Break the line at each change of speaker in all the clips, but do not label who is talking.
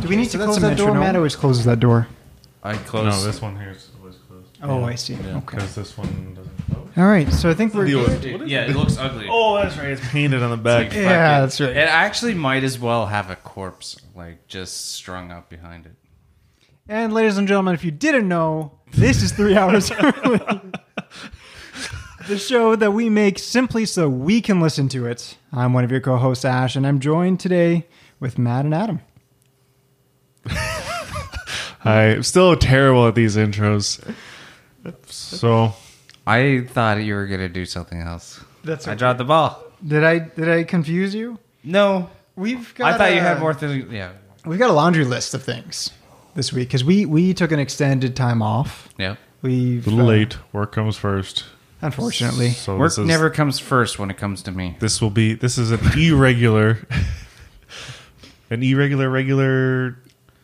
Do we need
So
to
that's
close
a
that door,
metronome?
Matt? Always closes that door.
I
No,
close.
this one here is always closed.
Oh, I see. Okay.
Because this one doesn't.
All right. So I think we're.
Deal
good.
with it.
yeah, it looks ugly.
Oh, that's right. It's painted on the back.
It's like-
Yeah, that's
It
right.
actually might as well have a corpse like just strung up behind it.
And ladies and gentlemen, if you didn't know, this is three hours early. the show that we make simply so we can listen to it. I'm one of your co-hosts, Ash, and I'm joined today with Matt and Adam.
I'm still terrible at these intros. So
I thought you were gonna do something else.
That's
I dropped the ball.
did I did I confuse you?
No,
We've got.
I thought you
a-
had more things. Yeah,
We've got a laundry list of things this week because we we took an extended time off.
yeah.
We've
a little
uh,
late. Work comes first.
unfortunately.
So
Work
this is-
never comes first when it comes to me.
This will be. This is an irregular, an irregular, regular,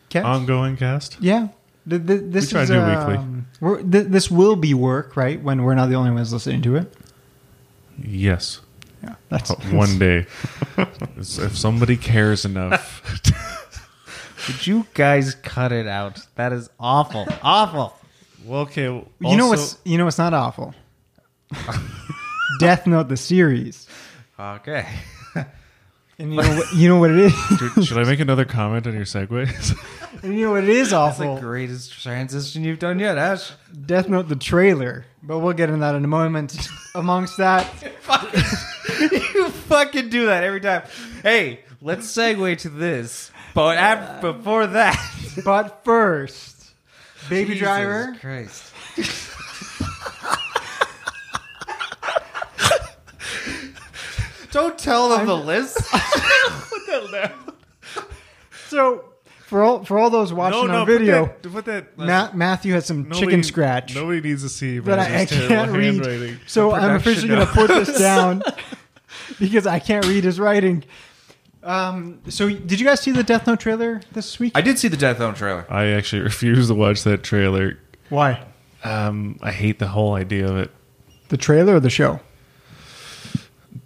Cast?
ongoing cast.
Yeah. Th- th- this
try
is,
to do weekly.
um, we're, th- this will be work, right? When we're not the only ones listening to it.
Yes.
Yeah, that's
One day, if somebody cares enough.
Would you guys cut it out? That is awful. awful.
Well, okay. You
You know what's you know what's not awful. Death Note the series.
Okay.
And you know what, you know what it is.
Should I make another comment on your segue?
and you know what it is
That's the
awful.
greatest transition you've done yet, Ash.
Death Note the trailer. But we'll get into that in a moment. Amongst that,
you fucking do that every time. Hey, let's segue to this. But af- before that,
but first, Baby
Jesus
Driver.
Christ. Don't tell them the list.
So for all for all those watching on video,
Put that, put that
Ma- Matthew has some
nobody-
chicken scratch.
Nobody needs to see.
that
Brandon's
I, I
terrible
can't read.
handwriting.
So I'm
production
officially going to put this down because I can't read his writing. Um, so did you guys see the Death Note trailer this week?
I did see the Death Note trailer.
I actually refuse to watch that trailer.
Why?
Um, I hate the whole idea of it.
The trailer or the show?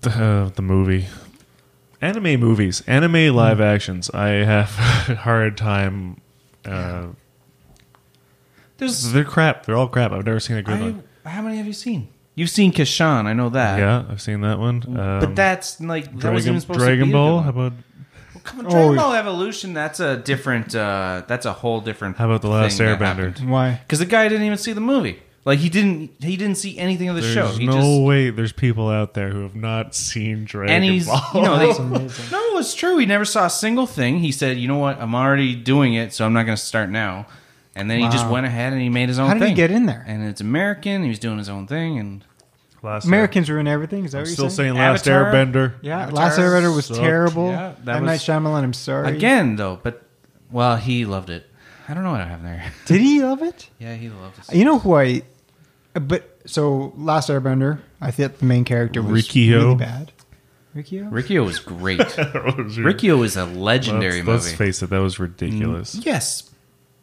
The, uh, the movie, anime movies, anime
Hmm.
live actions. I have a hard time. Uh,
There's
they're crap. They're all crap. I've never seen a good
I,
one.
how many have you seen? You've seen Kishan, I know that.
Yeah, I've seen that one. Um,
But that's like that wasn't
Dragon,
even supposed to
Dragon
be a
Ball. How
good one.
about
Well, come on,
Oh,
Dragon
yeah.
Ball Evolution. That's a different. Uh, that's a whole different.
How about The Last Airbender?
Why?
Because the guy didn't even see the movie. Like he didn't. He didn't see anything of the
There's
show. He
no
just,
way. There's people out there who have not seen Dragon
and he's
Ball.
you know,
That's
they-
amazing.
no, it's true. He never saw a single thing. He said, "You know what? I'm already doing it, so I'm not going to start now." And then he just
Wow.
went ahead and he made his own.
How did
thing.
he get in there?
And it's American. He was doing his own thing, and
Last
Americans ruin everything. Is that
I'm
what you're
still
saying?
saying Last
Avatar?
Airbender.
Yeah,
Avatar
Last Airbender was
sucked.
terrible.
Yeah, that
that
was-
Night Shyamalan. I'm sorry.
again though. But well, he loved it. I don't know what I have there.
Did he love it?
yeah, he loved it.
You know who I? But so Last Airbender, I thought the main character was
Rikio.
really bad. Rikio.
Riccio was great.
That was your-
Riccio is a
let's,
legendary
let's
movie.
face it, that was ridiculous.
Yes,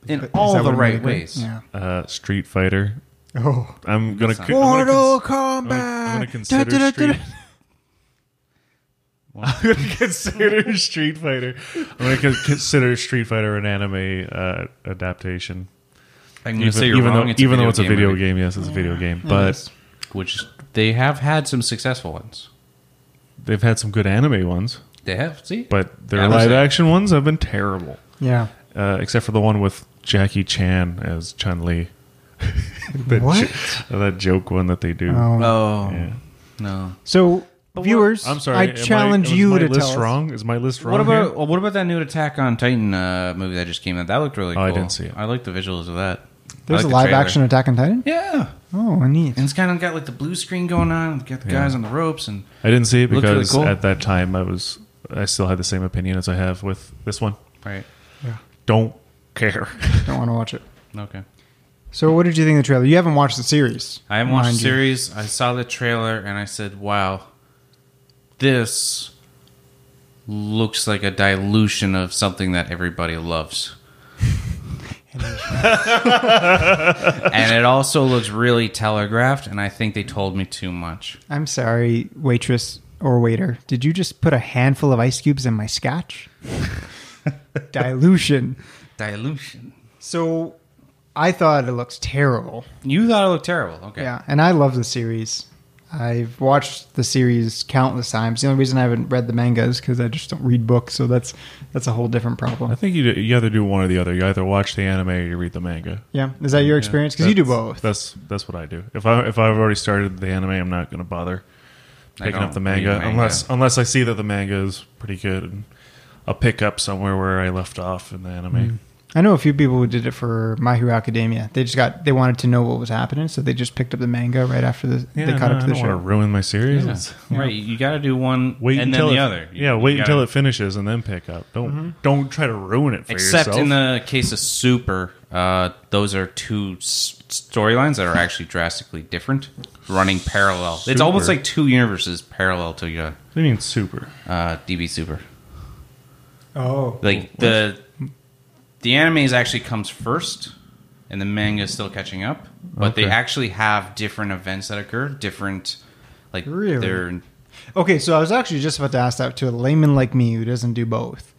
in
Is
all
that
the
what it
right
made it?
ways.
Yeah.
Uh, Street Fighter.
Oh.
I'm gonna.
not-
co- I'm gonna
Kombat.
I'm gonna consider Street- cons- consider Street Fighter. I'm gonna con- consider Street Fighter an anime uh, adaptation.
I'm gonna
Even,
say you're
even
wrong.
though,
it's a
even though
video
it's a video
movie, Hmm.
game, yes, it's a video game. But
which they have had some successful ones.
they've had some good anime ones.
They have, see,
But their
Yeah, I'm
live
saying-
action ones have been terrible,
Yeah.
uh, except for the one with Jackie Chan as Chun Li.
What?
that joke one that they do.
Oh.
Oh
Yeah.
no!
So,
what-
viewers,
Uh, I'm sorry.
I
am I-
challenge
was
you
my
to
list
tell us.
wrong. Is my list wrong?
What about
here?
well, what about that new Attack on Titan uh, movie that just came out? That looked really.
Oh,
cool.
I didn't see it.
I like the visuals of that. I
There's
like
a
the
live
trailer.
action Attack on Titan.
Yeah,
Oh, neat.
and it's kind of got like the blue screen going on. Got the guys on the ropes, and
I didn't see it
Looked
because
really cool.
at that time I was I still had the same opinion as I have with this one.
right.
Don't care.
Don't want to watch it.
Okay.
So, what did you think of the trailer? You haven't watched the series.
I haven't watched the
mind you.
series. I saw the trailer and I said, "Wow, this looks like a dilution of something that everybody loves." and it also looks really telegraphed, and I think they told me too much.
I'm sorry, waitress or waiter. Did you just put a handful of ice cubes in my scotch? dilution.
Dilution.
So I thought it looks terrible.
You thought it looked terrible. Okay.
Yeah, and I love the series. I've watched the series countless times. The only reason I haven't read the manga is because I just don't read books. So that's that's a whole different
I
problem.
think you you either do one or the other. You either watch the anime or you read the manga.
Yeah, is that your experience? Because you do
That's-
both.
That's that's what I do. If I if I've already started the anime, I'm not going to bother
I
picking
don't
up the
read
manga, unless unless I see that the manga is pretty good. And I'll pick up somewhere where I left off in the anime.
I know a few people who did it for My Hero Academia. They just got they wanted to know what was happening, so they just picked up the manga right after the they caught
no,
up to the
I don't want to
show.
ruin my series.
Yeah.
It's-
Right. You got to do one
Wait
and
until
then the
it-
other. You-
Yeah, wait
you gotta-
until it finishes and then pick up. Don't
Mm-hmm.
don't try to ruin it for
Except
yourself.
in the case of Super, uh, those are two s- storylines that are actually drastically different, running parallel. It's
Super.
almost like two universes parallel to your
what do you mean super?
uh, DB Super.
Oh,
Like the the anime is actually comes first, and the manga is still catching up. But they
Okay.
actually have different events that occur, different like
Really?
they're
Okay, so I was actually just about to ask that to a layman like me who doesn't do both.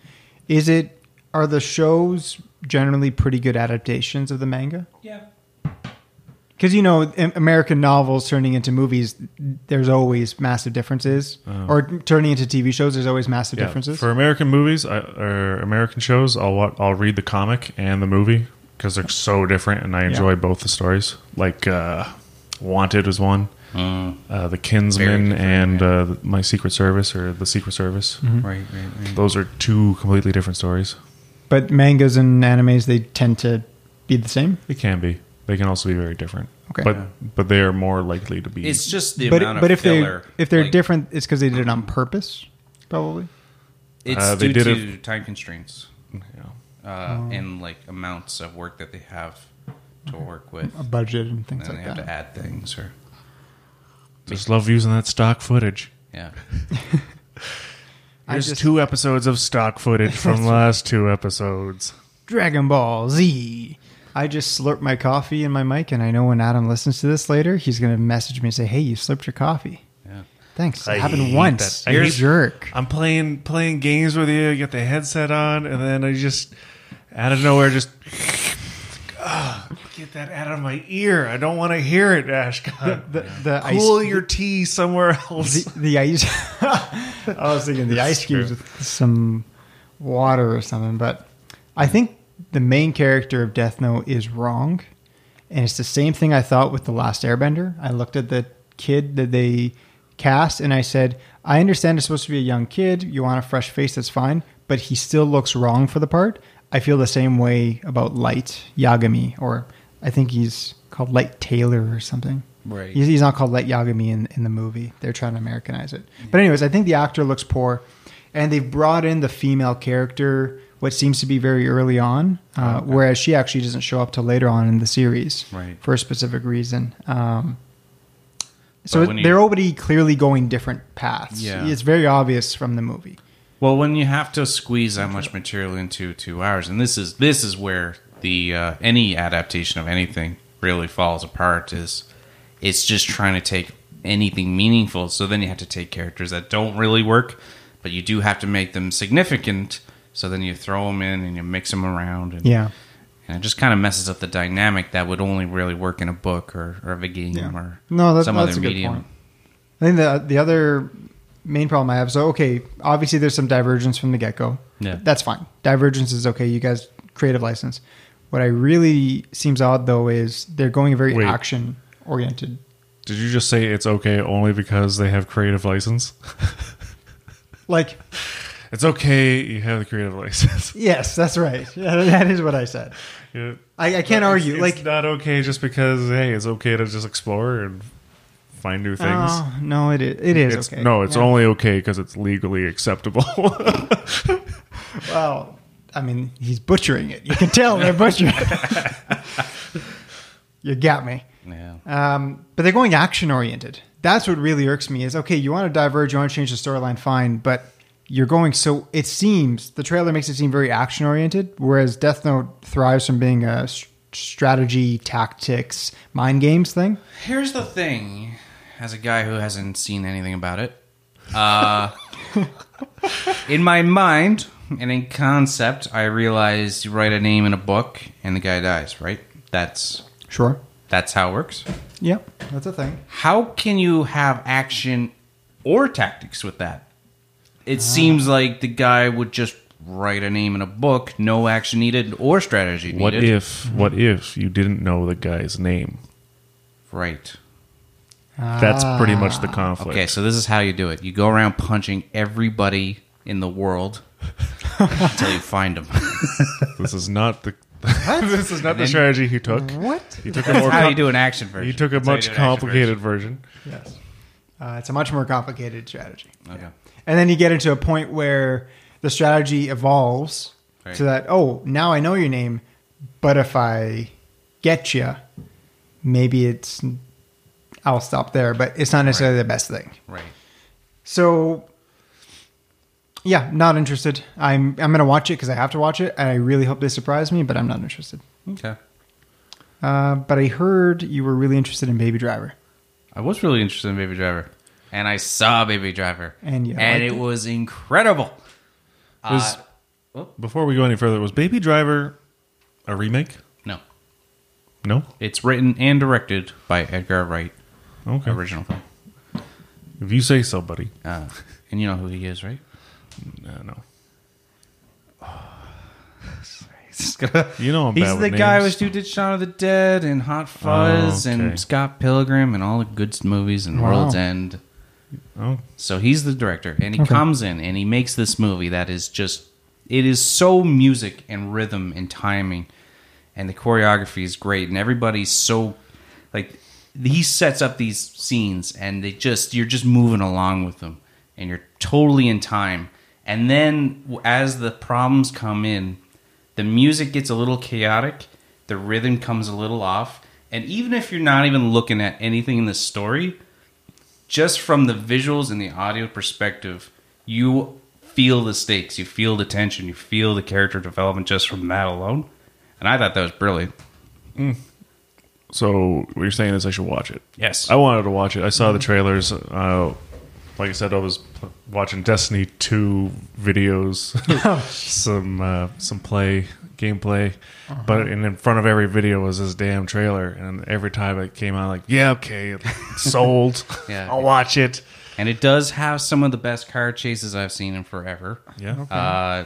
Is it are the shows generally pretty good adaptations of the manga?
yeah.
Because you know, in American novels turning into movies, there's always massive differences, or turning into TV shows, there's always massive
Oh. Yeah,
differences.
for American movies I, or American shows. I'll wa- I'll read the comic and the movie because they're so different, and I enjoy both the stories. Like uh, Wanted was one, uh, The
Mm. Very
Kinsman,
different,
and uh, My Secret Service or The Secret Service.
Mm-hmm.
Right, right, right.
Those are two completely different stories.
but mangas and animes, they tend to be the same.
They can be. They can also be very different.
Okay.
but
Yeah.
but they are more likely to be.
It's just the
But
amount
but
of
if
filler.
they if they're
like,
different, it's because they did it on purpose, probably.
it's
Uh, they
due
did
to time constraints
yeah.
uh,
Oh.
and like amounts of work that they have to work with,
A budget and
and
things
then they
like
have
that.
to add things or
Just love using that stock footage.
yeah.
I
There's
just-
two episodes of stock footage from last two episodes.
Dragon Ball Z. I just slurp my coffee in my mic, and I know when Adam listens to this later, he's going to message me and say, "Hey, you slurped your coffee."
Yeah.
Thanks.
I
it
hate
happened once.
that. I
You're a
hate-
jerk.
I'm playing playing games with you. I get the headset on, and then I just out of nowhere just ah, get that out of my ear. I don't want to hear it, Ashcon.
The, the
Cool
ice,
your tea somewhere else.
the, the ice. I was thinking the ice
true.
cubes with some water or something, but I think the main character of Death Note is wrong, and it's the same thing I thought with the Last Airbender. I looked at the kid that they cast, and I said, "I understand it's supposed to be a young kid. You want a fresh face, that's fine, but he still looks wrong for the part." I feel the same way about Light Yagami, or I think he's called Light Taylor or something.
Right.
He's, he's not called Light Yagami in, in the movie. They're trying to Americanize it. But anyways, I think the actor looks poor, and they've brought in the female character, what seems to be very early on, uh, whereas she actually doesn't show up till later on in the series
Right.
for a specific reason. Um, so
But when you-
they're already clearly going different paths.
Yeah.
It's very obvious from the movie.
Well, when you have to squeeze that much material into two hours, and this is this is where the uh, any adaptation of anything really falls apart is it's just trying to take anything meaningful. So then you have to take characters that don't really work, but you do have to make them significant. So then you throw them in and you mix them around, and
Yeah.
and it just kind of messes up the dynamic that would only really work in a book or, or of a game
Yeah.
or
No, that-
some
that's
other
a good
medium.
point. I think the the other main problem I have. So okay, obviously there's some divergence from the get go.
Yeah.
that's fine. Divergence is okay. You guys creative license. What I really seems odd though is they're going very
Wait.
action oriented.
Did you just say it's okay only because they have creative license?
Like
It's okay. You have the creative license.
yes, that's right. Yeah, that is what I said.
Yeah.
I, I can't
It's-
argue.
It's
like
not okay just because hey, it's okay to just explore and find new things.
oh, no, it is. It is
It's-
okay.
No, it's
Yeah.
only okay because it's legally acceptable.
Well, I mean, he's butchering it. You can tell they're butchering. it. you got me.
Yeah.
Um, but they're going action oriented. That's what really irks me is okay, you want to diverge, you want to change the storyline, fine, but you're going so it seems the trailer makes it seem very action oriented, whereas Death Note thrives from being a s- strategy, tactics, mind games thing.
Here's the thing, as a guy who hasn't seen anything about it, uh, in my mind, and in concept, I realized you write a name in a book and the guy dies, right? That's
Sure.
that's how it works.
Yep. That's a thing.
How can you have action or tactics with that?
Ah.
It seems like the guy would just write a name in a book, no action needed or strategy
What
needed.
if? What if you didn't know the guy's name?
Right.
That's pretty much
Ah,
the conflict.
Okay, so this is how you do it. You go around punching everybody in the world until you find them.
This is not the. this is not the
then-
strategy he took.
What?
He took a more.
how you
Com-
do an action version.
he took a
That's how you
much
do an action
complicated version.
Yes. Uh, it's a much more complicated strategy.
version. Okay.
And then you get into a point where the strategy evolves
Right.
to that, oh, now I know your name, but if I get you, maybe it's, I'll stop there, but it's not necessarily the best thing.
Right.
So, yeah, not interested. I'm I'm gonna watch it because I have to watch it, and I really hope they surprise me. But I'm not interested.
Okay.
Uh, but I heard you were really interested in Baby Driver.
I was really interested in Baby Driver, and I saw Baby Driver,
And you
and
liked
it,
it?
was incredible.
Was-
Uh,
Before we go any further, was Baby Driver a remake?
no,
No.
it's written and directed by Edgar Wright,
Okay.
original film,
If you say so, buddy.
uh, and you know who he is, right?
No,
Uh,
no.
He's gonna-
You know I'm
he's
bad
the
with
guy who
names.
did Shaun of the Dead and Hot Fuzz
Oh, okay.
and Scott Pilgrim and all the good movies and
Wow.
World's End.
Oh,
So he's the director, and he
Okay.
comes in and he makes this movie that is just it is so music and rhythm and timing, and the choreography is great, and everybody's so like he sets up these scenes, and they just you're just moving along with them, and you're totally in time. And then as the problems come in, the music gets a little chaotic, the rhythm comes a little off, and even if you're not even looking at anything in the story, just from the visuals and the audio perspective, you feel the stakes, you feel the tension, you feel the character development just from that alone. And I thought that was brilliant.
so what you're saying is I should watch it?
Yes.
I wanted to watch it. I saw the trailers. Uh, like I said, I was pl- watching Destiny Two videos, some uh, some play gameplay, but and in front of every video was this damn trailer, and every time it came out, like yeah, okay, sold.
Yeah.
I'll watch it.
And it does have some of the best car chases I've seen in forever.
Yeah,
Uh,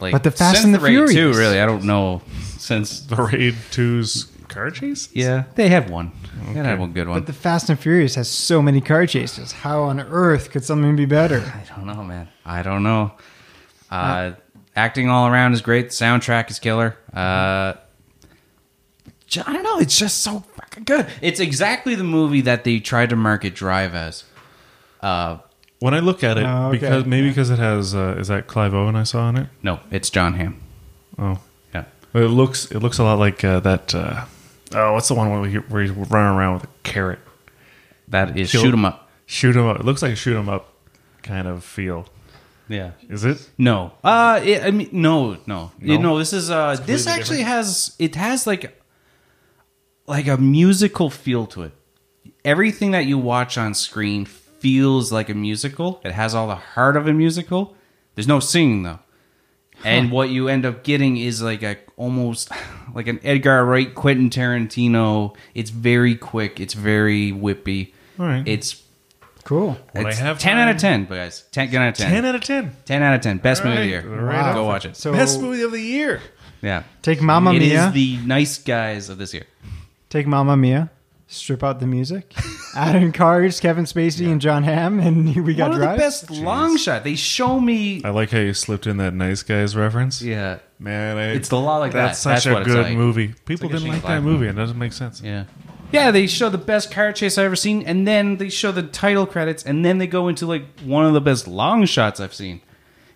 like,
But the Fast
since
and the
Raid
Furious.
too, really. I don't know since.
the Raid 2's car chase.
Yeah, they had one. They had
Okay.
one good one.
But the Fast and Furious has so many car chases. How on earth could something be better?
I don't know, man. I don't know. Uh, acting all around is great. The soundtrack is killer. Uh, j- I don't know. It's just so fucking good. It's exactly the movie that they tried to market Drive as. Uh,
When I look at it,
Oh, okay.
because maybe because it has uh, is that Clive Owen I saw in it.
no, it's John Hamm.
Oh,
Yeah.
It looks it looks a lot like uh, that. Uh, oh, what's the one where, he, where he's running around with a carrot?
That is
Kill-
Shoot 'em Up.
Shoot 'em up. It looks like a shoot 'em up kind of feel.
Yeah.
Is it?
No. Uh, it, I mean, no, no, You
No?
know, this is uh, this
completely
actually has it has like like a musical feel to it. Everything that you watch on screen feels like a musical. It has all the heart of a musical. There's no singing though. And what you end up getting is like a almost like an Edgar Wright, Quentin Tarantino. It's very quick. It's very whippy.
All right.
It's,
Cool.
When I
it's
have
ten
time-
out of ten, guys. Ten, 10 out of ten.
Ten out of ten.
10 out of 10. Best movie of the
Alright,
year.
alright,
Wow.
Go watch it.
So
Best movie of the year.
yeah.
take Mamma
It is
Mia.
the nice guys of this year.
take Mamma Mia. Strip out the music. add in cars, Kevin Spacey and John Hamm, and we got
One of the
Drive.
best long shot. They show me.
I like how you slipped in that nice guys reference.
Yeah.
Man, I,
It's the law like
that's
that.
such
That's what
a
it's
good
like.
movie. People
like a
didn't like
Shane
that
Black
movie. It doesn't make sense.
Yeah. Yeah, they show the best car chase I've ever seen, and then they show the title credits, and then they go into like one of the best long shots I've seen.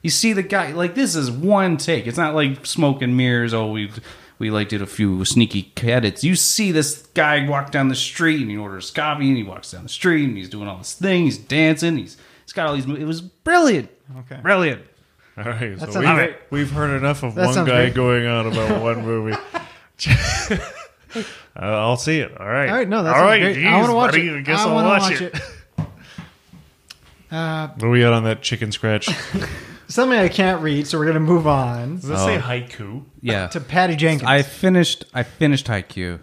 You see the guy like this is one take. It's not like smoke and mirrors. Oh, we we like did a few sneaky credits. You see this guy walk down the street and he orders coffee and he walks down the street and he's doing all this thing. He's dancing. He's he's got all these. mo- It was brilliant.
Okay.
Brilliant.
All right, so
sounds
we've,
great.
we've heard enough of
That
one
sounds
guy
great.
going on about one movie. Uh, I'll see it. All right.
All right, no, that's
all right.
great. I
geez,
want to watch
buddy,
it.
I guess
I
will
wanna
watch, it.
Uh,
What are we at on that chicken scratch?
something I can't read, so we're gonna move on
Does that say haiku?
Yeah.
to Patty Jenkins.
I finished. I finished Haikyuu.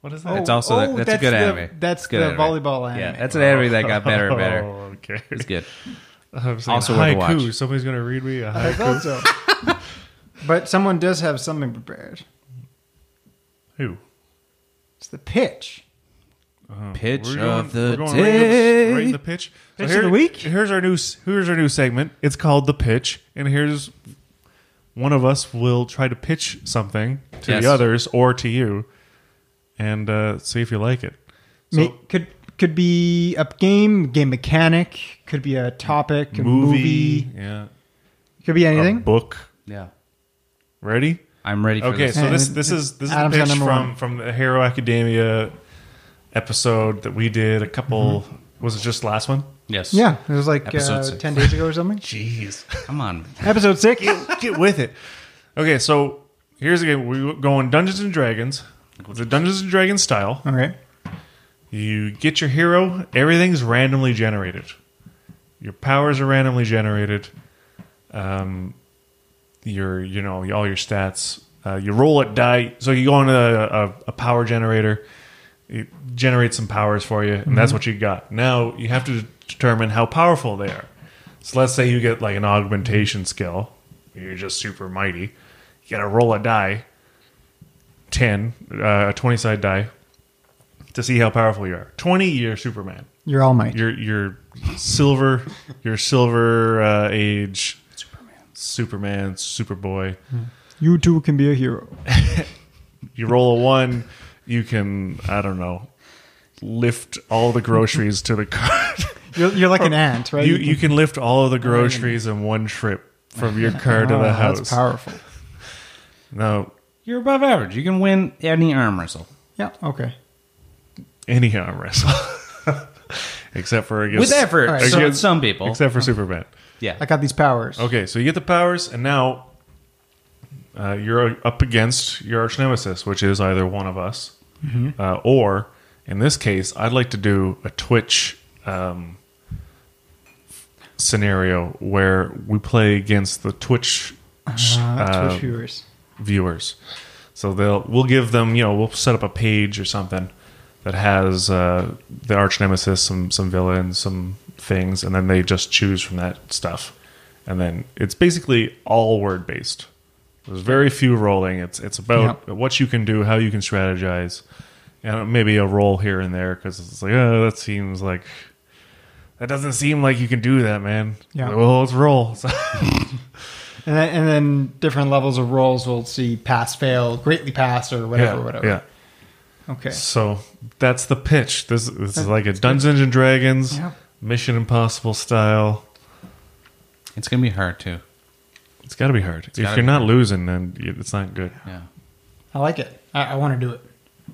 What is
Oh,
that?
It's also that-
oh,
that's, a good
the,
anime.
That's
Good
the
anime.
volleyball anime.
Yeah, that's an anime that got better and
Oh,
better.
okay. Oh,
It's good.
I'm saying
Also worth a
haiku.
watch.
Somebody's gonna read me a
I
haiku.
thought so. but someone does have something prepared.
Who?
It's the pitch.
Pitch
We're
of
going-
the
we're going Right in
day.
the, right in the pitch.
Pitch of the week?
Here's our new. s- Here's our new segment. It's called the pitch, and here's one of us will try to pitch something to
Yes.
the others or to you, and uh, see if you like it. So
Ma- could could be a game, game mechanic. Could be a topic, a movie.
movie, yeah,
Could be
a
anything.
book.
yeah,
Ready?
I'm ready for
Okay,
this.
so this
And
this is this is a
Adam's got
pitch
number
from
one.
from the Hero Academia episode that we did a couple.
Mm-hmm.
Was it just last one?
Yes.
Yeah, it was like
Episode
uh,
six.
ten days ago or something.
Jeez.
Come on.
Episode six.
get with it. Okay, so here's a game. We're going Dungeons and Dragons. It's a Dungeons and Dragons style.
All right.
You get your hero. Everything's randomly generated. Your powers are randomly generated. Um, your you know all your stats. Uh, you roll a die. So you go on a, a, a power generator. It generates some powers for you, and that's what you got. Now you have to determine how powerful they are. So let's say you get like an augmentation skill. You're just super mighty. You got to roll a die. Ten, uh, a twenty side die to see how powerful you are. Twenty, you're Superman.
You're all might.
You're you're silver. You're silver uh, age. Superman, Superboy.
You too can be a hero.
You roll a one, you can I don't know, lift all the groceries to the cart.
You're, you're like an ant, right?
You you can lift all of the groceries in one trip from your car to
Oh,
the house.
That's powerful.
No,
You're above average. You can win any arm wrestle
Yeah. Okay.
any arm wrestle, except for against,
with effort.
All right.
So
Against-
some people.
except for Superman.
yeah.
I got these powers.
Okay, so you get the powers, and now uh, you're up against your arch nemesis, which is either one of us, uh, or in this case, I'd like to do a Twitch um, scenario where we play against the Twitch
Uh,
uh,
Twitch viewers.
viewers. So they'll we'll give them you know we'll set up a page or something that has uh, the arch nemesis, some some villains, some things, and then they just choose from that stuff. And then it's basically all word based. There's very few rolling. It's it's about what you can do, how you can strategize, and maybe a roll here and there because it's like oh that seems like that doesn't seem like you can do that, man.
Yeah.
Well, let's roll. So-
And then, and then different levels of roles will see pass, fail, greatly pass, or whatever, whatever.
Yeah.
Okay.
So that's the pitch. This, this is like a Dungeons and Dragons,
Yeah.
Mission Impossible style.
It's gonna be hard too.
It's got to be hard. if
gotta
you're
be
not losing, then y- it's not good.
Yeah.
I like it. I, I want to do it.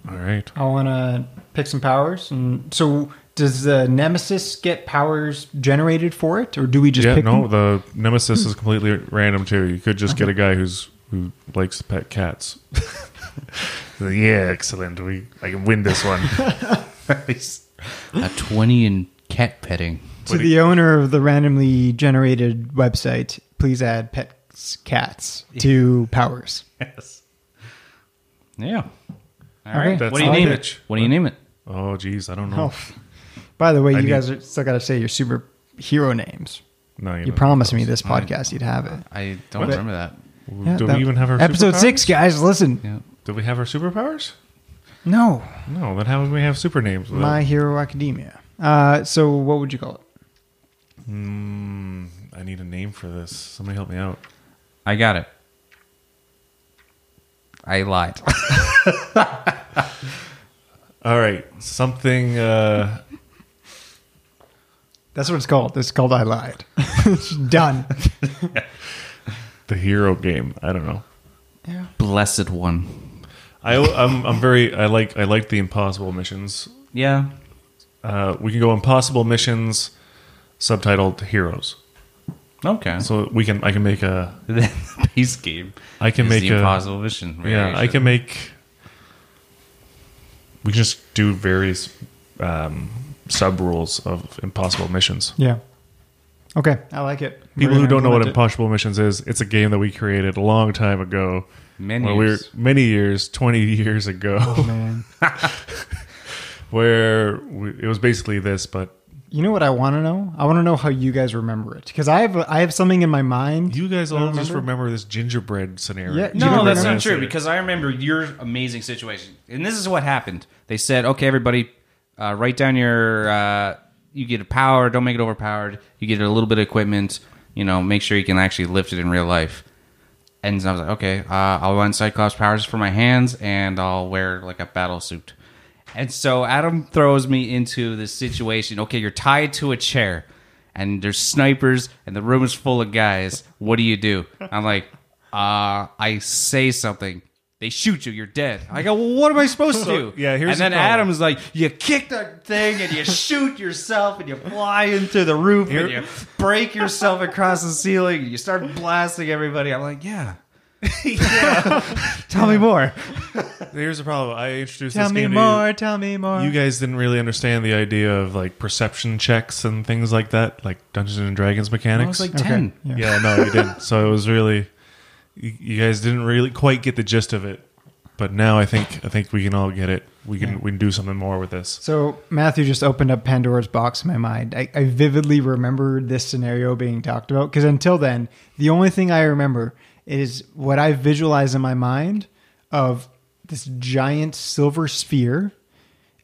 All right.
I want to pick some powers. And so, does the nemesis get powers generated for it, or do we just
yeah.
pick
No,
them? Hmm.
the nemesis is completely random too. You could just get a guy who's who likes to pet cats. yeah, excellent. We I can win this one.
A twenty in cat petting.
to the owner of the randomly generated website? Please add pets, cats to powers.
yes.
Yeah. All
Okay.
right.
That's
What do you
the
name
pitch.
it? What do you name it?
Oh, geez, I don't know.
Oh, by the way, you
need-
guys are, still got to say your superhero names.
No,
You
know.
promised me this podcast you'd have it.
I don't remember that.
Yeah,
Do
that-
we even have our
episode
superpowers?
six, guys? Listen,
Yeah.
Do we have our superpowers?
no,
No. Then how would we have super names? without-
My Hero Academia. Uh, so, what would you call it?
Mm, I need a name for this. Somebody help me out.
I got it. I lied.
All right, something. Uh,
That's what it's called. It's called I lied. Done.
the hero game. I don't know.
Yeah.
Blessed one.
I, I'm, I'm very. I like. I like the impossible missions.
Yeah.
Uh, we can go impossible missions, subtitled heroes.
Okay.
So we can. I can make a.
then the base game.
I can
is
make
the
a-
impossible vision.
Yeah, I can make. We can just do various um, sub rules of impossible missions.
Yeah. Okay, I like it. We're
People who
gonna
don't know what
implement
Impossible Missions is, it's a game that we created a long time ago.
Many
where we were-
years.
many years, twenty years
it-
ago,
man.
where we, it was basically this, but
You know what I want to know? I want to know how you guys remember it because I have I have something in my mind.
you guys all just
remember?
remember this gingerbread scenario.
Yeah, Do you
No,
remember
that's
that?
not true because I remember your amazing situation. And this is what happened. They said, okay, everybody, uh, write down your. Uh, you get a power, don't make it overpowered. You get a little bit of equipment, you know, make sure you can actually lift it in real life. And I was like, okay, uh, I'll run Cyclops powers for my hands and I'll wear like a battle suit. And so Adam throws me into this situation. Okay, you're tied to a chair and there's snipers and the room is full of guys. What do you do? I'm like, uh, I say something. They shoot you. You're dead. I go, well, what am I supposed to do?
Yeah, here's
and then
the problem.
Adam's like, you kick that thing and you shoot yourself and you fly into the roof and
Here-
you break yourself across the ceiling and you start blasting everybody. I'm like, yeah.
Tell me more.
Here's the problem. I introduced
Tell
this
me
game to you-
more. Tell me more.
you guys didn't really understand the idea of like perception checks and things like that, like Dungeons and Dragons mechanics.
I was like
Okay.
10.
Yeah.
yeah, no, you didn't. So it was really, you you guys didn't really quite get the gist of it. But now I think I think we can all get it. We can we can do something more with this.
So Matthew just opened up Pandora's box in my mind. I, I vividly remember this scenario being talked about because until then, the only thing I remember is what I visualize in my mind of this giant silver sphere,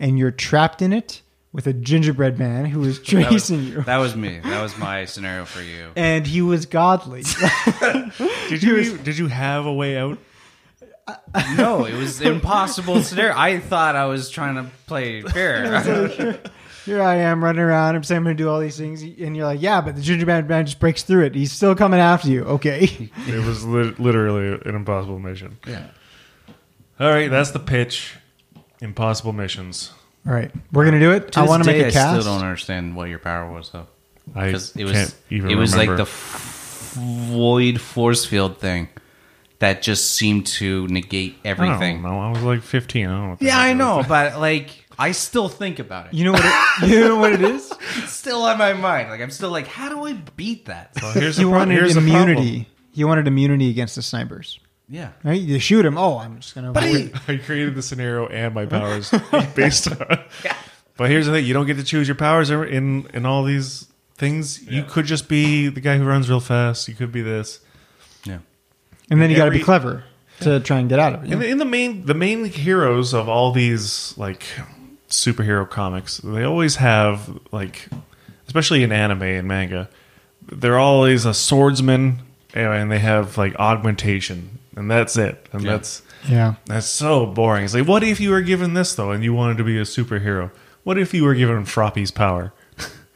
and you're trapped in it with a gingerbread man who is
That was,
chasing you,
that was me. That was my scenario for you.
and he was godly.
Did you did you have a way out?
No, it was impossible scenario. I thought I was trying to play fair.
Here I am running around. I'm saying I'm going to do all these things, and you're like, "Yeah," but the gingerbread man just breaks through it. He's still coming after you. Okay.
It was lit literally an impossible mission.
Yeah.
All right, that's the pitch. Impossible missions.
All right, we're gonna do it. I want to
this
make
day,
a cast.
I still don't understand what your power was though,
I
because it
can't
was
even
it was like
remember.
the f- void force field thing that just seemed to negate everything.
I don't know. I was like 15. I don't know. what the
Yeah,
heck
I
it was.
know, but like I still think about it.
You know what? It, you know what it is.
It's still on my mind. Like I'm still like, how do I beat that?
Well, here's
He
the pro-
wanted
here's the problem.
immunity. He wanted immunity against the snipers.
Yeah.
Right? You shoot him. Oh, I'm just gonna.
But he-
I created the scenario and my powers based on. But here's the thing: you don't get to choose your powers in in, in all these things. You could just be the guy who runs real fast. You could be this.
Yeah.
and then you got to be
every-
clever to try and get out of it.
In the, in the main, the main heroes of all these like superhero comics, they always have like, especially in anime and manga, they're always a swordsman, and they have like augmentation, and that's it, and
Yeah.
that's
yeah.
That's so boring. It's like, what if you were given this though, and you wanted to be a superhero? What if you were given Froppy's power?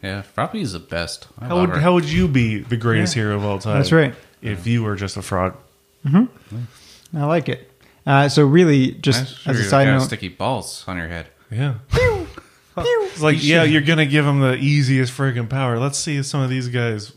Yeah. Probably is the best. I
How
love
would
her.
how would you be the greatest hero of all time?
That's right.
If you were just a fraud,
I like it. Uh, so really,
I'm
just
sure
as a
you
side
got
note,
sticky balls on your head.
yeah. It's like, yeah, you're gonna give him the easiest friggin' power. Let's see if some of these guys.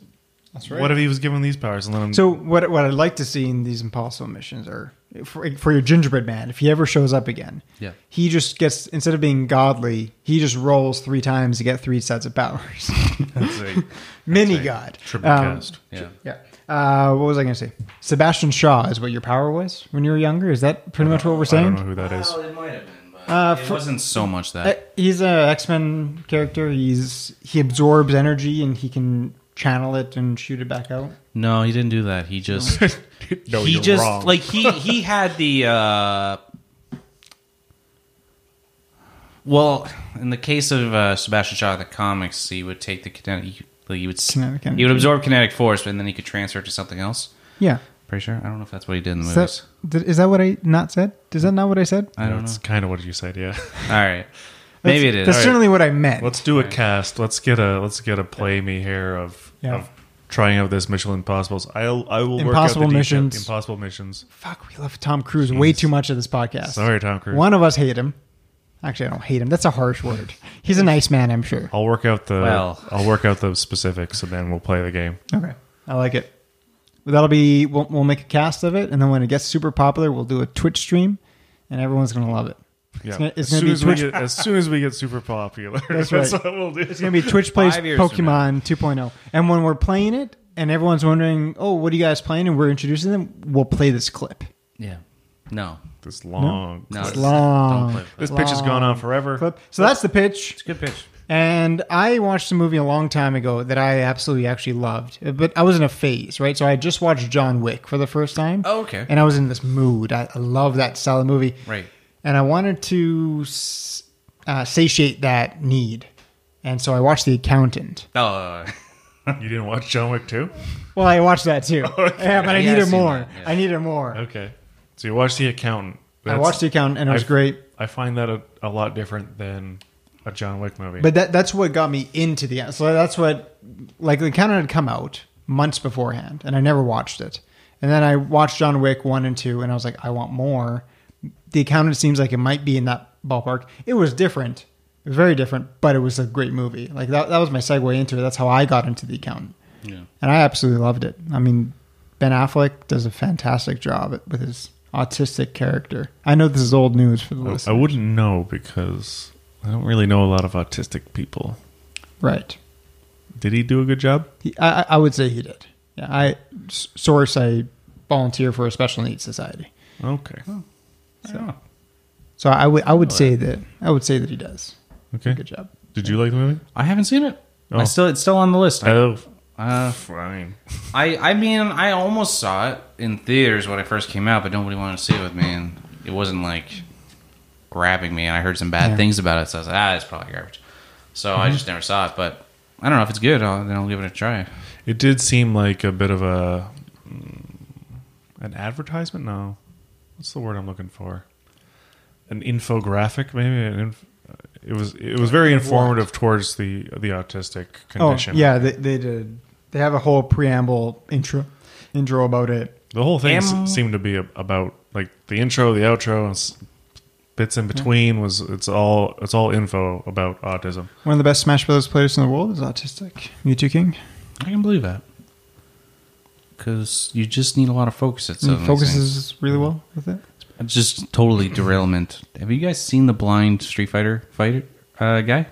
that's
What if he was given these powers and let him?
so what? What I'd like to see in these impossible missions are for, for your gingerbread man. If he ever shows up again,
Yeah.
he just gets instead of being godly, he just rolls three times to get three sets of powers.
That's a
Mini god.
triple
Um,
cast.
Yeah.
Yeah. Uh, what was I going to say? Sebastian Shaw is what your power was when you were younger. Is that pretty much what we're
I
saying?
don't know who that is.
Oh, it might have been, but
Uh,
it
for-
wasn't so much
Uh,
that.
he's a X Men character. He's he absorbs energy and he can channel it and shoot it back out.
No, he didn't do that. He just
No,
he
you're
just
wrong.
like he he had the uh well, in the case of uh, Sebastian Shaw, the comics, he would take the kinetic, he, like, he would s-
Kinetic energy.
he would absorb kinetic force, and then he could transfer it to something else.
Yeah.
Pretty sure. I don't know if that's what he did in the
Is
movies.
that, did- is that what I not said? Is that not what I said?
I don't know.
That's kind of what you said. Yeah.
All right, maybe it
That's-
is.
That's
All right.
certainly what I meant.
Let's do a cast. Let's get a let's get a play me here of
Yeah.
of trying out this Mission Impossibles. I'll I will
Impossible
work out the detail-
missions.
Impossible missions.
Fuck, we love Tom Cruise way too much of this podcast.
Sorry, Tom Cruise.
One of us hate him. Actually, I don't hate him. That's a harsh word. He's a nice man, I'm sure.
I'll work out the
Well.
I'll work out the specifics and then we'll play the game.
Okay, I like it. That'll be we'll, we'll make a cast of it, and then when it gets super popular, we'll do a Twitch stream, and everyone's gonna love it.
Yeah.
gonna- it's gonna
as, soon
be
as, we
Twitch-
get, as soon as we get super popular,
That's
that's,
right.
what we'll do.
It's going to be Twitch Plays
Five years from
Pokemon 2.0. And when we're playing it and everyone's wondering, oh, what are you guys playing? And we're introducing them, we'll play this clip.
Yeah. No.
this long.
No.
clip.
it's-
long.
Don't play with
This
it.
pitch has gone on forever.
Clip. So that's the pitch.
It's a good pitch.
And I watched a movie a long time ago that I absolutely actually loved, but I was in a phase, right? So I had just watched John Wick for the first time.
Oh, okay.
And I was in this mood. I, I love that style of movie.
Right.
And I wanted to s- uh, satiate that need. And so I watched The Accountant.
Uh,
You didn't watch John Wick 2?
Well, I watched that too. Yeah, but I
Yeah, I've
needed
seen
more.
that, yeah.
I needed more.
Okay. So you watched The Accountant.
I watched The Accountant and it was
I've-
great.
I find that a, a lot different than a John Wick movie.
But that that's what got me into the so that's what like the counter had come out months beforehand and I never watched it. And then I watched John Wick 1 and 2 and I was like I want more. The accountant seems like it might be in that ballpark. It was different. It was very different, but it was a great movie. Like that that was my segue into it. That's how I got into the accountant.
yeah.
And I absolutely loved it. I mean, Ben Affleck does a fantastic job with his autistic character. I know this is old news for the
I-
listeners.
I wouldn't know because I don't really know a lot of autistic people.
Right.
Did he do a good job?
He, I, I- I would say he did. Yeah, I s- source I volunteer for a special needs society,
Okay.
Oh,
So.
so I would I would
Oh,
say that I would say that he does.
Okay.
Good job.
Did you like the movie?
I haven't seen it.
Oh.
I still it's still on the list. I,
Oh,
uh,
fine.
I I mean I almost saw it in theaters when it first came out, but nobody wanted to see it with me, and it wasn't like grabbing me. And I heard some bad
Yeah.
things about it, so I was like, ah, it's probably garbage. So I just never saw it. But I don't know if it's good. I'll, then I'll give it a try.
It did seem like a bit of a mm, an advertisement. No, what's the word I'm looking for? An infographic, maybe. An inf- uh, it was it was very informative towards the the autistic condition.
Oh yeah, they, they did. They have a whole preamble intro intro about it.
the whole thing
Am-
s- seemed to be a- about like the intro, the outro, and s- bits in between was it's all it's all info about autism.
One of the best Smash Brothers players in the world is autistic Mewtwo King.
I can believe that because you just need a lot of Mm, focus. At
He
some
focuses really well with it.
just totally derailment. Have you guys seen the blind Street Fighter fighter uh, guy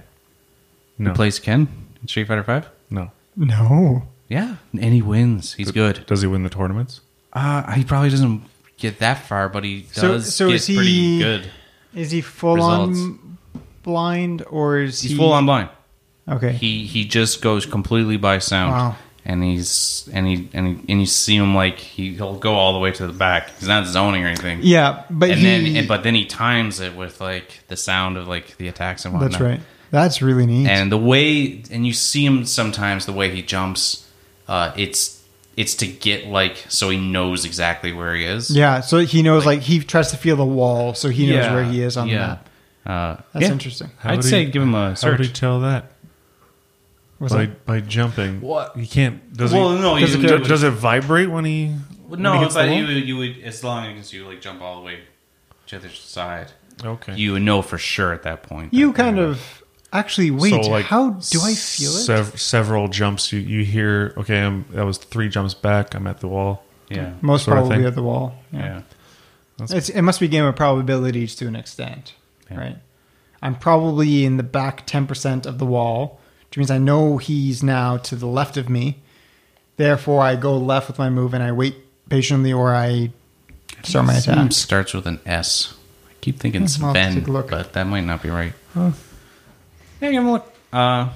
No,
who plays Ken in Street Fighter Five?
no.
No,
Yeah, and he wins. He's good.
Does he win the tournaments?
Uh, he probably doesn't get that far, but he does
So- so
get
is he-
pretty good.
is he full
Results.
on blind or is
He's
he
full on blind.
Okay,
He he just goes completely by sound.
Wow.
And he's and he and he, and you see him like he, he'll go all the way to the back. He's not zoning or anything.
yeah, but
and
he,
then and, but then he times it with like the sound of like the attacks and whatnot.
that's right. That's really neat.
and the way and you see him sometimes the way he jumps uh it's it's to get like so he knows exactly where he is
Yeah, so he knows like, he tries to feel the wall, so he knows
Yeah,
where he is on the
yeah.
map.
uh
That's
yeah.
interesting.
How
i'd
do
say
you-
give him a
How did
search
he tell that?
Was
by
that-
by jumping.
What?
he can't. Does
Well,
he?
no,
Does,
you-
it, does, does it vibrate when he? when he
no
hits
but
the
you
wall?
would, you would as long as you like jump all the way to the other side
Okay.
you would know for sure at that point
you
that-
kind of actually wait.
So, like,
how do I feel it?
sev- several jumps. You you hear? Okay, I'm, that was three jumps back. I'm at the wall.
yeah
Most
sort of
probably
thing.
at the wall. Yeah,
yeah
It's, it must be a game of probabilities to an extent,
Yeah.
right? I'm probably in the back ten percent of the wall, which means I know he's now to the left of me. Therefore, I go left with my move and I wait patiently, or I start my
Some
attack.
Hmm. starts with an s i keep thinking
Hmm, I'll have to
sven
take a look.
but that might not be right yeah give him a look uh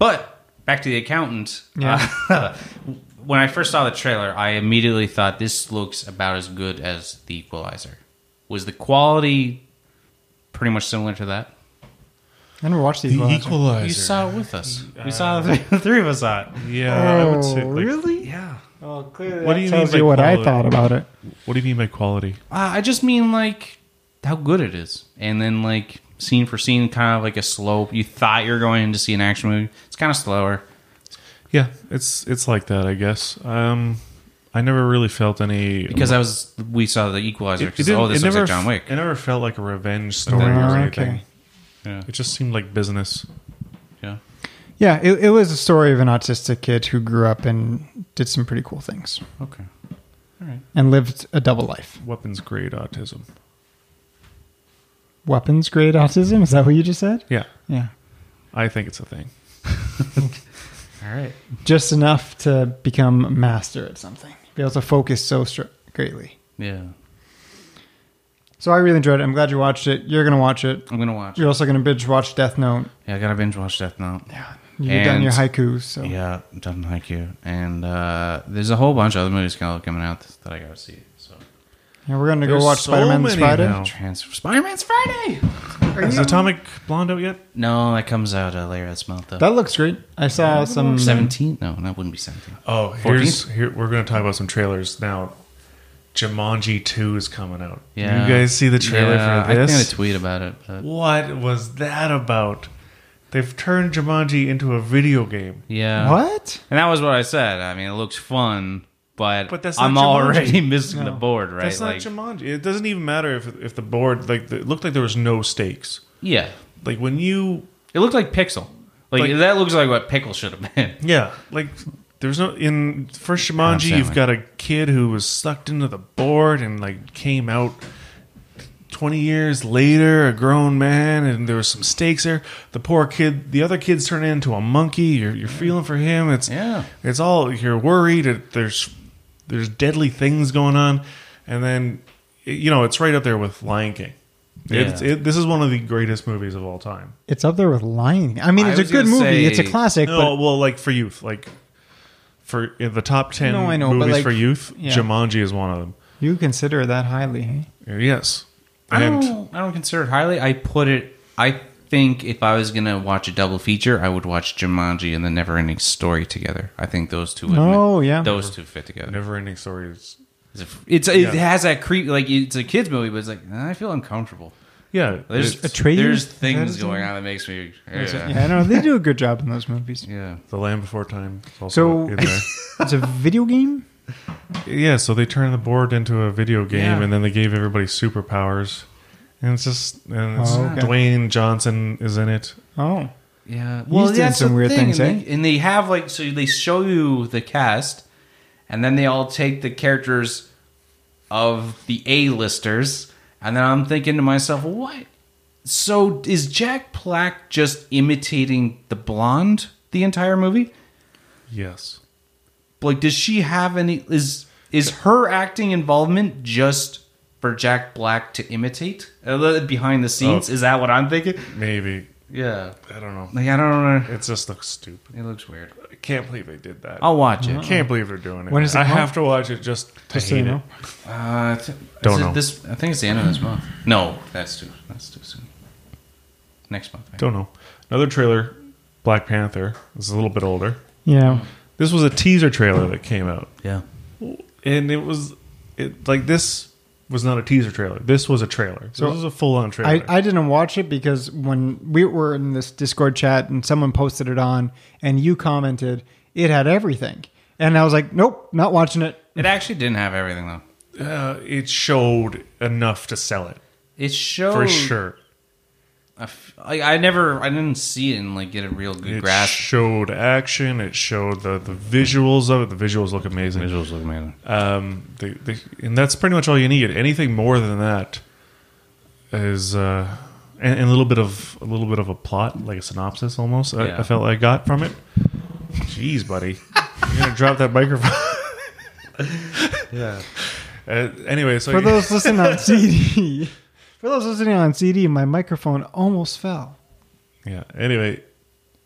but back to the accountant
Yeah.
Uh, when i first saw the trailer i immediately thought this looks about as good as the equalizer was the quality pretty much similar to that
I never watched the Equalizer.
equalizer.
you saw it with us you saw the the three of us saw it
Yeah. I would
Oh,
say, like,
really?
yeah
Well, clearly
What
that
do you
tells
mean
you
by
what I
quality?
thought about it.
What do you mean by quality?
Uh, I just mean like how good it is, and then like scene for scene, kind of like a slope. You thought you're going in to see an action movie. It's kind of slower.
Yeah, it's it's like that, I guess. Um, I never really felt any um,
Because I was, we saw the Equalizer.
It- it
'cause,
didn't-
oh, this
it
looks
never
like John
f-
Wick.
It never felt like a revenge story
Oh,
or
okay.
anything.
Yeah,
It just seemed like business.
yeah.
Yeah, it, it was a story of an autistic kid who grew up and did some pretty cool things
Okay.
and lived a double life.
Weapons grade autism.
weapons grade autism? Is that what you just said?
Yeah,
Yeah.
I think it's a thing.
All right.
Just enough to become master at something, be able to focus so str- greatly.
Yeah.
So I really enjoyed it. I'm glad you watched it. You're going to watch it.
I'm gonna watch.
You're also going to binge watch Death Note.
Yeah, I gotta binge watch Death Note. Yeah.
You've done your haikus. So.
Yeah, done haiku. And uh, there's a whole bunch of other movies kinda coming out that I gotta see. So
And we're going to go
There's
watch
so
Spider Man this
many
Friday.
now. Oh.
Trans Spider Man's Friday.
Is Atomic Blonde out yet?
No, that comes out uh, later this month though.
That looks great. I saw some.
seventeenth? No, that wouldn't be seventeenth.
Oh, here's here. We're going to talk about some trailers now. Jumanji Two is coming out.
Yeah.
you guys see the trailer
Yeah,
for
I think
this?
I tweet about it. But
what was that about? They've turned Jumanji into a video game.
yeah.
What?
And that was what I said. I mean, it looks fun, but,
But that's
I'm
not Jumanji.
already missing the board, right?
That's not
like,
Jumanji. It doesn't even matter if if the board like the, it looked like there was no stakes.
yeah.
Like when you
It looked like Pixel. Like,
Like-
that looks like what Pickle should have been.
yeah like there's no in first
Adam
Jumanji you've
Sandler.
got a kid who was sucked into the board and like came out. 20 years later, a grown man, and there was some stakes there. The poor kid, the other kids turn into a monkey. You're, you're feeling for him. It's
Yeah.
it's all you're worried. It, there's there's deadly things going on, and then it- you know it's right up there with Lion King. It's,
Yeah.
it, this is one of the greatest movies of all time.
It's up there with Lion. King. I mean,
I
it's a
was
good
gonna
movie.
say-
it's a classic.
No, well, like for youth, like for in the top ten
No, I know, but
movies
like-
for youth,
yeah.
Jumanji is one of them.
but you consider it that highly. eh? Hey?
Yes,
I
and
don't, I don't consider it highly. I put it. I think if I was gonna watch a double feature, I would watch Jumanji and The Neverending Story together. I think those two. Would
Oh, yeah.
those two fit together.
never-ending stories.
It's, a- it's it
Yeah.
has that creep. Like it's a kids movie, but it's like I feel uncomfortable.
Yeah,
There's
it's-
Atreides?
there's
That is
things
it?
going on that makes me.
Yeah.
Yeah.
I know they do a good job in those movies.
yeah.
the Land Before Time. is Also
So-
in there.
It's a video game.
Yeah, so they turned the board into a video game,
Yeah.
and then they gave everybody superpowers. And it's just and it's,
Oh, okay.
Dwayne Johnson is in it.
Oh,
Yeah. Well,
doing
that's
some
the
weird
thing.
things, eh?
and, they, and they have like so they show you the cast, and then they all take the characters of the A-listers, and then I'm thinking to myself, what? So is Jack Black just imitating the blonde the entire movie?
Yes,
Like, does she have any? Is is her acting involvement just for Jack Black to imitate uh, behind the scenes?
Oh.
Is that what I'm thinking?
maybe
Yeah.
I don't know.
Like I don't know.
It just looks stupid.
It looks weird.
I can't believe they did that.
I'll watch it.
I can't believe they're doing it.
Oh, uh-uh. When is it
I
come out?
have to watch it just to
Just so
hate
you
it.
know.
Uh, th-
Don't
is it
know.
This I think it's the end of this month. No, that's too that's too soon. Next month. I
Don't know. Another trailer, Black Panther. This is a little bit older.
Yeah,
This was a teaser trailer that came out,
Yeah.
and it was it like this was not a teaser trailer. This was a trailer.
So-
So this was a full on trailer.
I, I didn't watch it because when we were in this Discord chat and someone posted it on, and you commented, it had everything, and I was like, nope, not watching it.
It actually didn't have everything though.
uh, it showed enough to sell it
It showed
Oh.
for sure.
I, f- I- I never I didn't see it and like get a real good
It
grasp.
showed action. It showed the, the visuals of it. The visuals look amazing.
Visuals look amazing.
Um, the, the, and that's pretty much all you need. Anything more than that is uh, and, and a little bit of a little bit of a plot, like a synopsis almost. I,
Yeah.
I felt I got from it. Jeez, buddy, you're gonna drop that microphone. yeah. Uh, anyway, so
For those listening on CD, for those listening on CD, my microphone almost fell.
yeah. Anyway,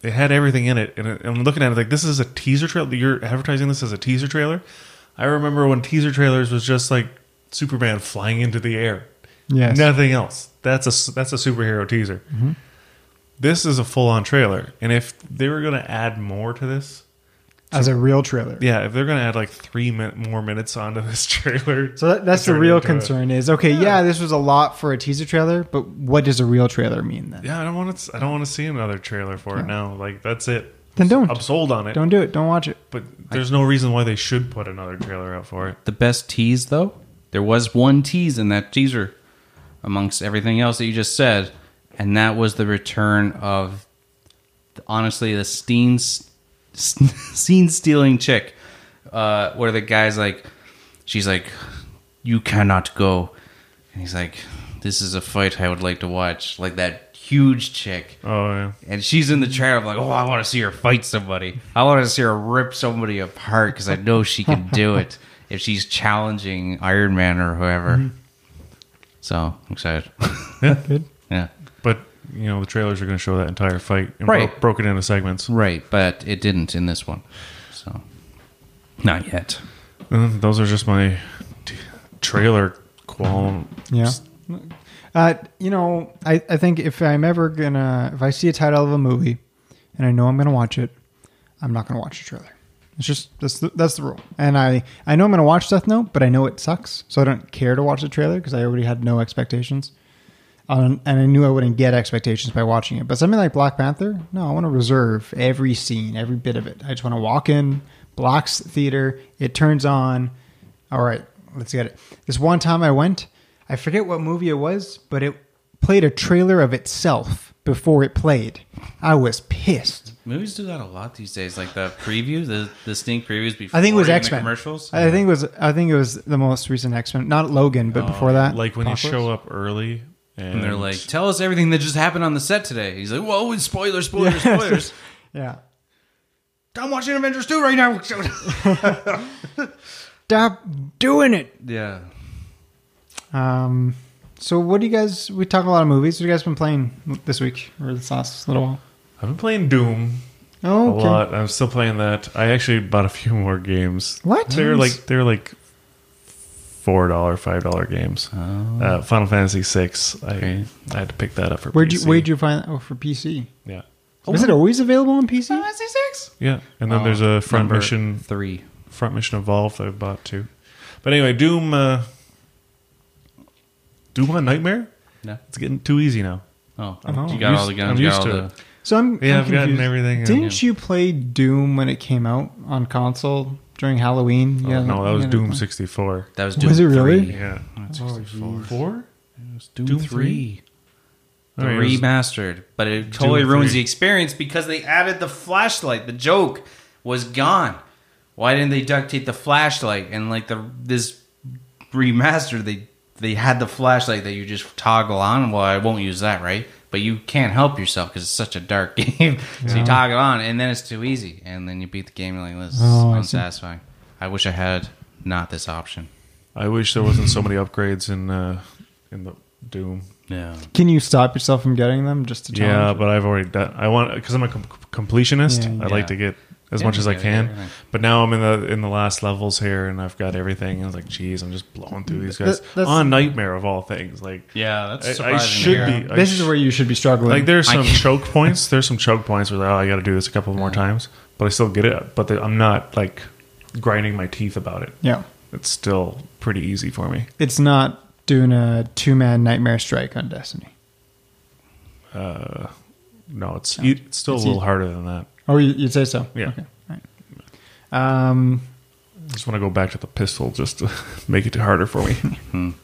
it had everything in it, and it- I'm looking at it like this is a teaser trailer. You're advertising this as a teaser trailer. I remember when teaser trailers was just like Superman flying into the air.
Yes. Mm-hmm.
Nothing else. That's a that's a superhero teaser. This is a full on trailer, and if they were going to add more to this,
as a real trailer.
yeah, if they're going to add like three min- more minutes onto this trailer,
So that, that's
to
the
turn
real
into a-
concern is okay, yeah.
Yeah.
this was a lot for a teaser trailer, but what does a real trailer mean then?
yeah, I don't want to. I don't want to see another trailer for it now. Like that's it.
Then don't.
I'm sold on it.
Don't do it. Don't watch it.
But there's no reason why they should put another trailer out for it.
The best tease though, there was one tease in that teaser amongst everything else that you just said, and that was the return of honestly the steen scene stealing chick uh where the guy's like she's like you cannot go and he's like this is a fight I would like to watch. Like that huge chick.
Oh yeah.
And she's in the trailer. I'm like, oh, I want to see her fight somebody. I want to see her rip somebody apart because I know she can do it if she's challenging Iron Man or whoever.
Mm-hmm.
So I'm excited.
Good.
yeah.
But you know the trailers are going to show that entire fight, and
Right.
Bro- broken into segments.
Right. But it didn't in this one. So not yet.
Mm, those are just my t- trailer qual.
Yeah. Uh, you know, I, I think if I'm ever gonna, if I see a title of a movie and I know I'm gonna watch it, I'm not gonna watch the trailer. It's just that's the, that's the rule. And I I know I'm gonna watch Death Note, but I know it sucks, so I don't care to watch the trailer because I already had no expectations. Um, and I knew I wouldn't get expectations by watching it. But something like Black Panther, no, I want to reserve every scene, every bit of it. I just want to walk in, blocks theater, it turns on. All right, let's get it. This one time I went, I forget what movie it was, but it played a trailer of itself before it played. I was pissed.
Movies do that a lot these days, like the preview, the the sneak previews before.
I think it was
even the
X Men
commercials.
I think it was. I think it was the most recent X Men, not Logan, but before that,
Oh, Like when you
Apocalypse?
show up early, and,
and they're like, "Tell us everything that just happened on the set today." He's like, "Whoa, it's spoilers, spoilers, spoilers!"
yeah.
I'm watching Avengers two right now.
Stop doing it.
yeah,
Um, so what do you guys? We talk a lot of movies. What have you guys been playing this week or this last little while?
"I've been playing Doom
Oh,
a lot. I'm still playing that. I actually bought a few more games.
What?
They're like they're like four dollar, five dollar games.
Oh.
Uh, Final Fantasy six. I
Okay.
I had to pick that up for.
Where'd you
PC.
where'd you find that? Oh, for PC.
Oh, Yeah.
Is it always available on PC?
six.
Yeah, and then there's
Uh,
a front mission
three.
Front Mission Evolved I bought too. But anyway, Doom uh, Doom on Nightmare?
No,
It's getting too easy now.
oh,
I'm
you got
used-
all the guns.
I'm
you
used
got
to
all
it.
the-
So I'm
Yeah,
I'm
I've gotten
confused.
everything, uh,
Didn't you play Doom when it came out on console during Halloween?
Oh, no, that was
you know,
Doom 64.
That was Doom
Was it really?
three.
Yeah.
Oh, geez.
Four?
It was Doom,
Doom
three. The
Alright, it was-
remastered, but it totally ruins
three.
the experience because they added the flashlight. The joke was gone. Why didn't they duct tape the flashlight and like the this remaster they they had the flashlight that you just toggle on. Well, I won't use that, right? But you can't help yourself because it's such a dark game. so you toggle on, and then it's too easy, and then you beat the game. and You're like this is
Oh, I see.
unsatisfying. I wish I had not this option.
I wish there wasn't so many upgrades in uh, in the Doom.
No.
Can you stop yourself from getting them just to
Yeah,
challenge?
but I've already done. I want because I'm a com- completionist.
Yeah,
I
yeah.
like to get as
Yeah,
much
you
as I
gotta get
can.
everything.
But now I'm in the in the last levels here, and I've got everything. And I was like, geez, I'm just blowing through these
That-
guys
that's-
on nightmare of all things. Like,
Yeah, that's
I, I
surprising.
should
Yeah.
be. I
this
sh-
is where you should be struggling.
like there's
I
some
can't-
choke points. There's some choke points where oh, I got to do this a couple more times, but I still get it. But the, I'm not like grinding my teeth about it.
yeah,
It's still pretty easy for me.
it's not doing a two man nightmare strike on Destiny.
No, it's e it's still
It's
a little
easy.
harder than that.
Oh, you- you'd say so.
Yeah.
Okay. All right. Um.
I just want to go back to the pistol just to make it harder for me.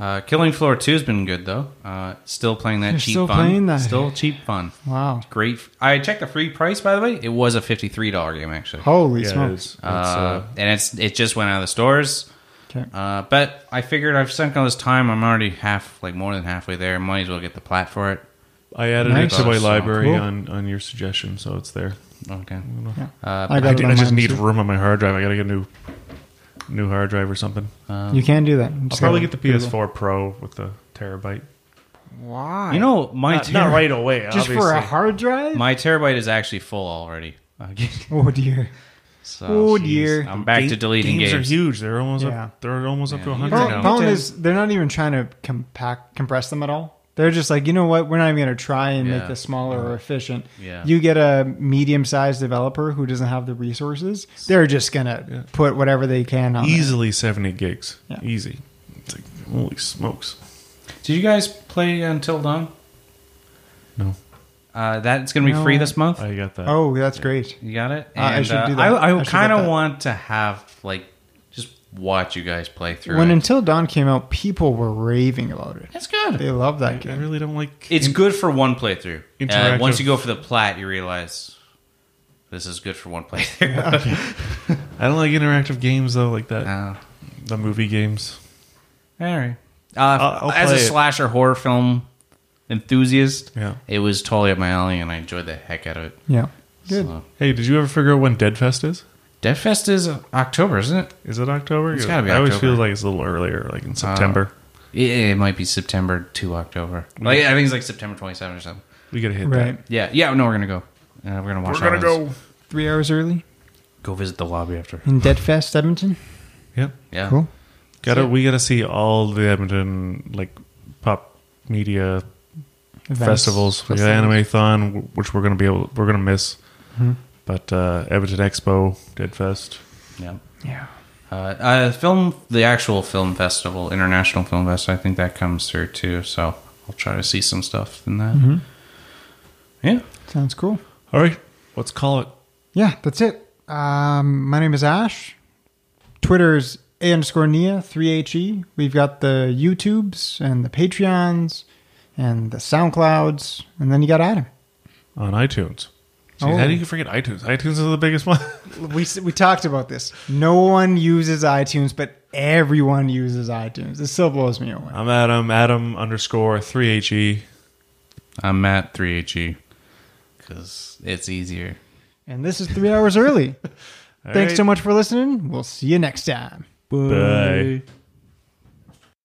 Uh, Killing Floor 2 has been good, though. Uh, still playing that
You're
cheap
still
fun.
playing that.
Still cheap fun.
Wow.
Great. f- I checked the free price, by the way. It was a $53 game, actually.
Holy
yeah,
smokes.
it's- it's,
Uh,
Oh, uh,
and it's it just went out of the stores.
Okay.
Uh, but I figured I've sunk all this time. I'm already half, like more than halfway there. Might as well get the plat for it.
I added
Nice.
it to my
So
library
cool.
on, on your suggestion, so it's there.
Okay.
Yeah.
Uh,
I
I,
got it
do-
on
I just
mine,
need
too.
room on my hard drive. I gotta get a new new hard drive or something.
You can do that. You
I'll
just
probably get
gotta
the PS4 Pro with the terabyte.
Google. Why?
you know, my,
Not,
ter-
not right away.
just for a hard drive?
my terabyte is actually full already. Okay.
oh dear.
So,
Oh,
jeez.
dear.
I'm back to deleting games.
are huge. They're almost
Yeah.
up. They're almost up to
Yeah.
100
Problem,
now.
problem
Nintendo.
is they're not even trying to compact compress them at all. They're just like, you know what? We're not even going to try and
Yeah.
make this smaller or efficient.
Yeah.
You get a medium-sized developer who doesn't have the resources. They're just going to put whatever they can on. Easy.
Easily 70 gigs.
Yeah.
Easy. It's like, holy smokes.
Did you guys play Until Dawn?
No,
Uh, that's going to be
No.
free this month.
I got that.
Oh, that's great.
You got it.
I- I
And, uh,
should do that.
I,
I should
kind
get
of
that.
want to have like just watch you guys play through.
When
it.
Until Dawn came out, people were raving about it.
it's good.
They love that
I, I
game.
really don't like.
It's good for one playthrough. Uh,
Interactive-
once you go for the plat, you realize this is good for one playthrough.
I don't like interactive games though, like that.
Uh,
The movie games.
all right. Uh,
I'll
as a
play it.
slasher horror film enthusiast,
Yeah.
it was totally up my alley, and I enjoyed the heck out of it.
Yeah. Good.
So.
Hey, did you ever figure out when Deadfest is?
Deadfest is October, isn't it?
Is it October? Uh,
It's gotta be
I always
October.
feel like it's a little earlier, like in September.
It, it might be September to October. Like I think it's like September 27 or something.
we gotta hit
Right.
Yeah, yeah. No, we're gonna go. Uh, we're gonna
that.
watch.
We're gonna
Outlands.
go.
Three hours early
Go visit the lobby after.
in Deadfest, Edmonton.
Yep.
Yeah.
Cool.
Gotta we gotta see all the Edmonton like pop media
Events.
festivals. We got Animathon, wh- which we're gonna be able we're gonna miss.
Mm-hmm.
But uh, Edmonton Expo, Deadfest.
Yeah.
Yeah.
Uh, uh, film the actual film festival, international film festival. I think that comes through too. So I'll try to see some stuff in that. Yeah.
Sounds cool.
All right, let's call it.
Yeah, that's it. Um, my name is Ash. Twitter's A underscore Nia, 3HE. We've got the YouTubes and the Patreons and the SoundClouds. And then you got Adam.
on iTunes. Jeez,
Oh.
How do you forget iTunes? iTunes is the biggest one.
We, s- we talked about this. No one uses iTunes, but everyone uses iTunes. This still blows me away.
I'm Adam, Adam underscore three H E.
I'm at 3HE because it's easier.
And this is three hours early. Thanks so much for listening. We'll see you next time.
Bye.